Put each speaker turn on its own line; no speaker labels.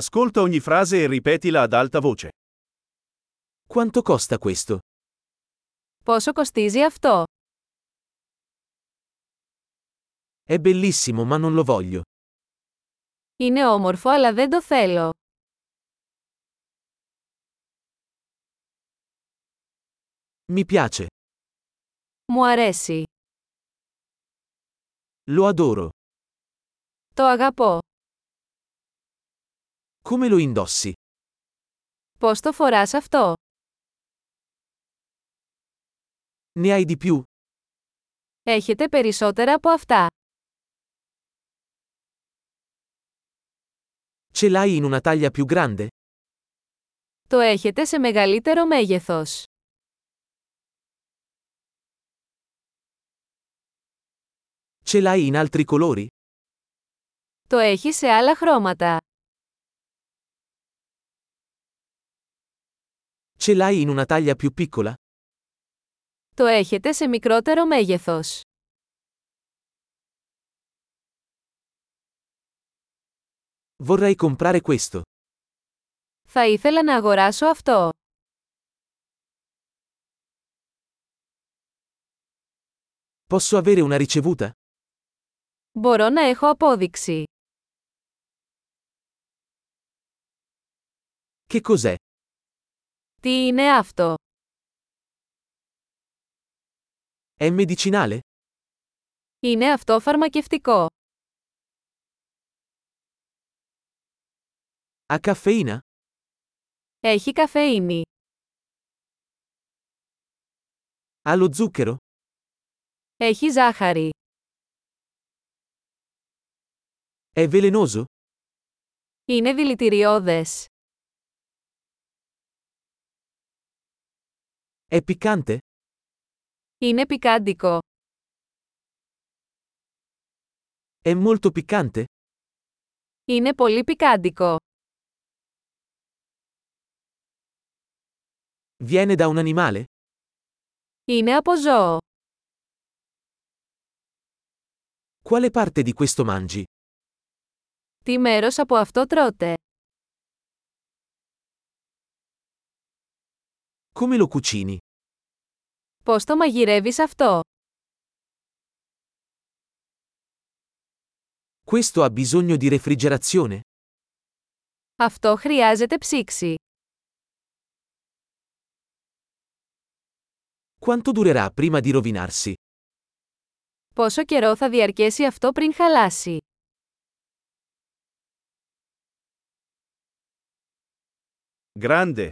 Ascolta ogni frase e ripetila ad alta voce.
Quanto costa questo?
Πόσο κοστίζει αυτό?
È bellissimo ma non lo voglio.
Είναι όμορφο αλλά δεν το θέλω.
Mi piace.
Μου αρέσει.
Lo adoro.
Το αγαπώ.
Come lo indossi?
Πώς το φοράς αυτό?
Ne hai di più?
Έχετε περισσότερα από αυτά.
Ce l'hai in una taglia più grande?
Το έχετε σε μεγαλύτερο μέγεθος.
Ce l'hai in altri colori?
Το έχει σε άλλα χρώματα.
Ce l'hai in una taglia più piccola?
Το έχετε σε μικρότερο μέγεθος.
Vorrei comprare questo.
Θα ήθελα να αγοράσω αυτό.
Posso avere una ricevuta?
Μπορώ να έχω απόδειξη.
Che cos'è?
Τι είναι αυτό?
È medicinale?
Είναι αυτό φαρμακευτικό.
Ha caffeina?
Έχει καφεΐνη.
Ha lo zucchero?
Έχει ζάχαρη.
È velenoso?
Είναι δηλητηριώδες.
È piccante?
Είναι πικάντικο.
È molto piccante?
Είναι πολύ πικάντικο.
Viene da un animale?
Είναι από ζώο.
Quale parte di questo mangi?
Τι μέρος από αυτό τρώτε.
Come lo cucini?
Πώς το μαγειρεύεις αυτό.
Questo ha bisogno di refrigerazione?
Αυτό χρειάζεται ψήξη.
Quanto durerà prima di rovinarsi?
Πόσο καιρό θα διαρκέσει αυτό πριν χαλάσει.
Grande.